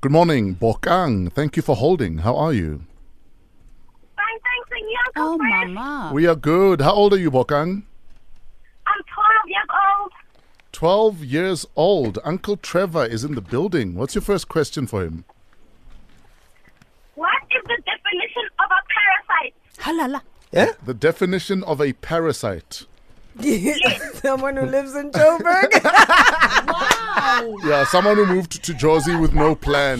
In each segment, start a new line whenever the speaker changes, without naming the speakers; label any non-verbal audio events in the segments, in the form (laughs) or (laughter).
Good morning, Bokang. Thank you for holding. How are you?
Fine, thanks, and you, Uncle
Oh,
Fred?
mama.
We are good. How old are you, Bokang?
I'm 12 years old.
12 years old. Uncle Trevor is in the building. What's your first question for him?
What is the definition of a parasite?
Halala.
Yeah?
The definition of a parasite.
(laughs) Someone who lives in Joburg? (laughs)
Yeah, someone who moved to Jersey with no plan.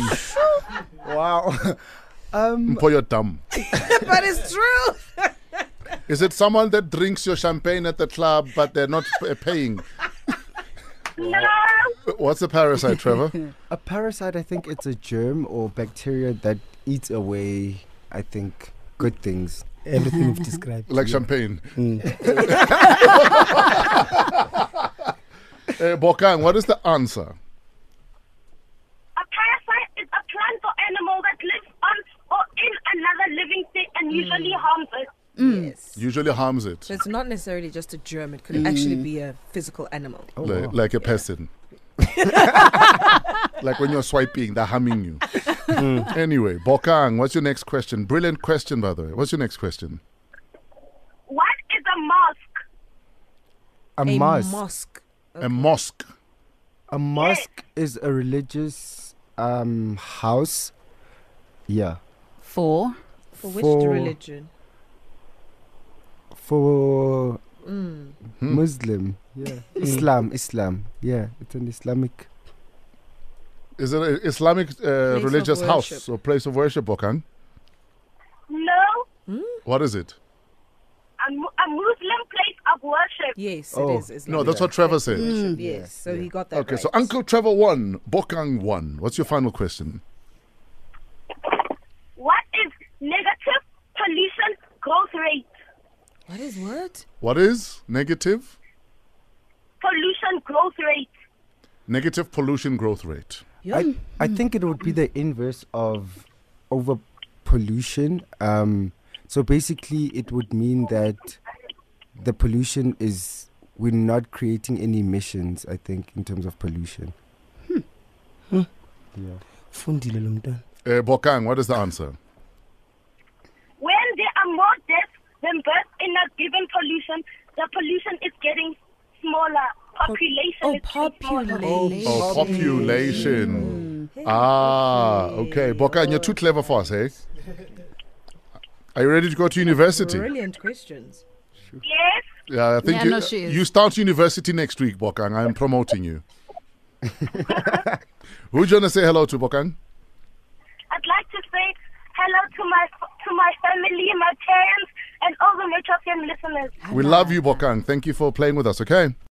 (laughs) Um,
wow.
For your dumb.
but it's true.
Is it someone that drinks your champagne at the club but they're not p- paying?
No.
What's a parasite, Trevor?
A parasite, I think it's a germ or bacteria that eats away, I think, good things.
Everything
(laughs)
you've described.
Like champagne.
Mm.
(laughs) Eh, Bokang, what is the answer?
A parasite is a plant or animal that lives on or in another living thing and usually harms it.
Yes.
Usually harms it.
So it's not necessarily just a germ, it could actually be a physical animal.
Oh,
Like,
wow.
like a
(laughs)
person. like when you're swiping, they're harming you.
Mm.
Anyway, Bokang, what's your next question? Brilliant question, by the way. What's your next question?
What is a mosque?
a
a
mask.
mosque.
A mosque.
a mosque is a religious um, house. Yeah.
Four.
For which
For-
religion?
For
Mm.
Muslim. Yeah. Islam. Islam. Yeah. It's an Islamic.
Is it an Islamic uh,
of
religious house
worship.
or place of worship, Bokang?
No,
What is it?
a, mu- a Muslim place of worship.
Yes,
Oh,
it is. Islam.
No, that's what Trevor said.
Mm, Yes, so he got that.
Okay,
right.
so Uncle Trevor won, Bokang won. What's your final question?
What is negative pollution growth rate?
What is what?
What is negative?
Pollution growth rate.
Negative pollution growth rate.
I, I think it would be the inverse of over pollution. Um, so basically, it would mean that the pollution is we're not creating any emissions. I think in terms of pollution. Yeah.
Fundile lo mntwana.
Uh, Bokang, what is the answer?
When there are more deaths than births in a given pollution, the pollution is getting smaller. Population
Oh,
is getting smaller.
population.
Oh, population. Ah, okay. Bokang, you're too clever for us, eh? Are you ready to go to university?
Brilliant questions.
Yes,
Yeah, I think
Yeah,
you,
no, she is.
you start university next week, Bokang. I am promoting
(laughs)
you. Who do you want to say hello to, Bokang?
I'd like to say hello to my to my family, my parents, and all the Metro FM listeners.
We love you, Bokang. Thank you for playing with us, okay?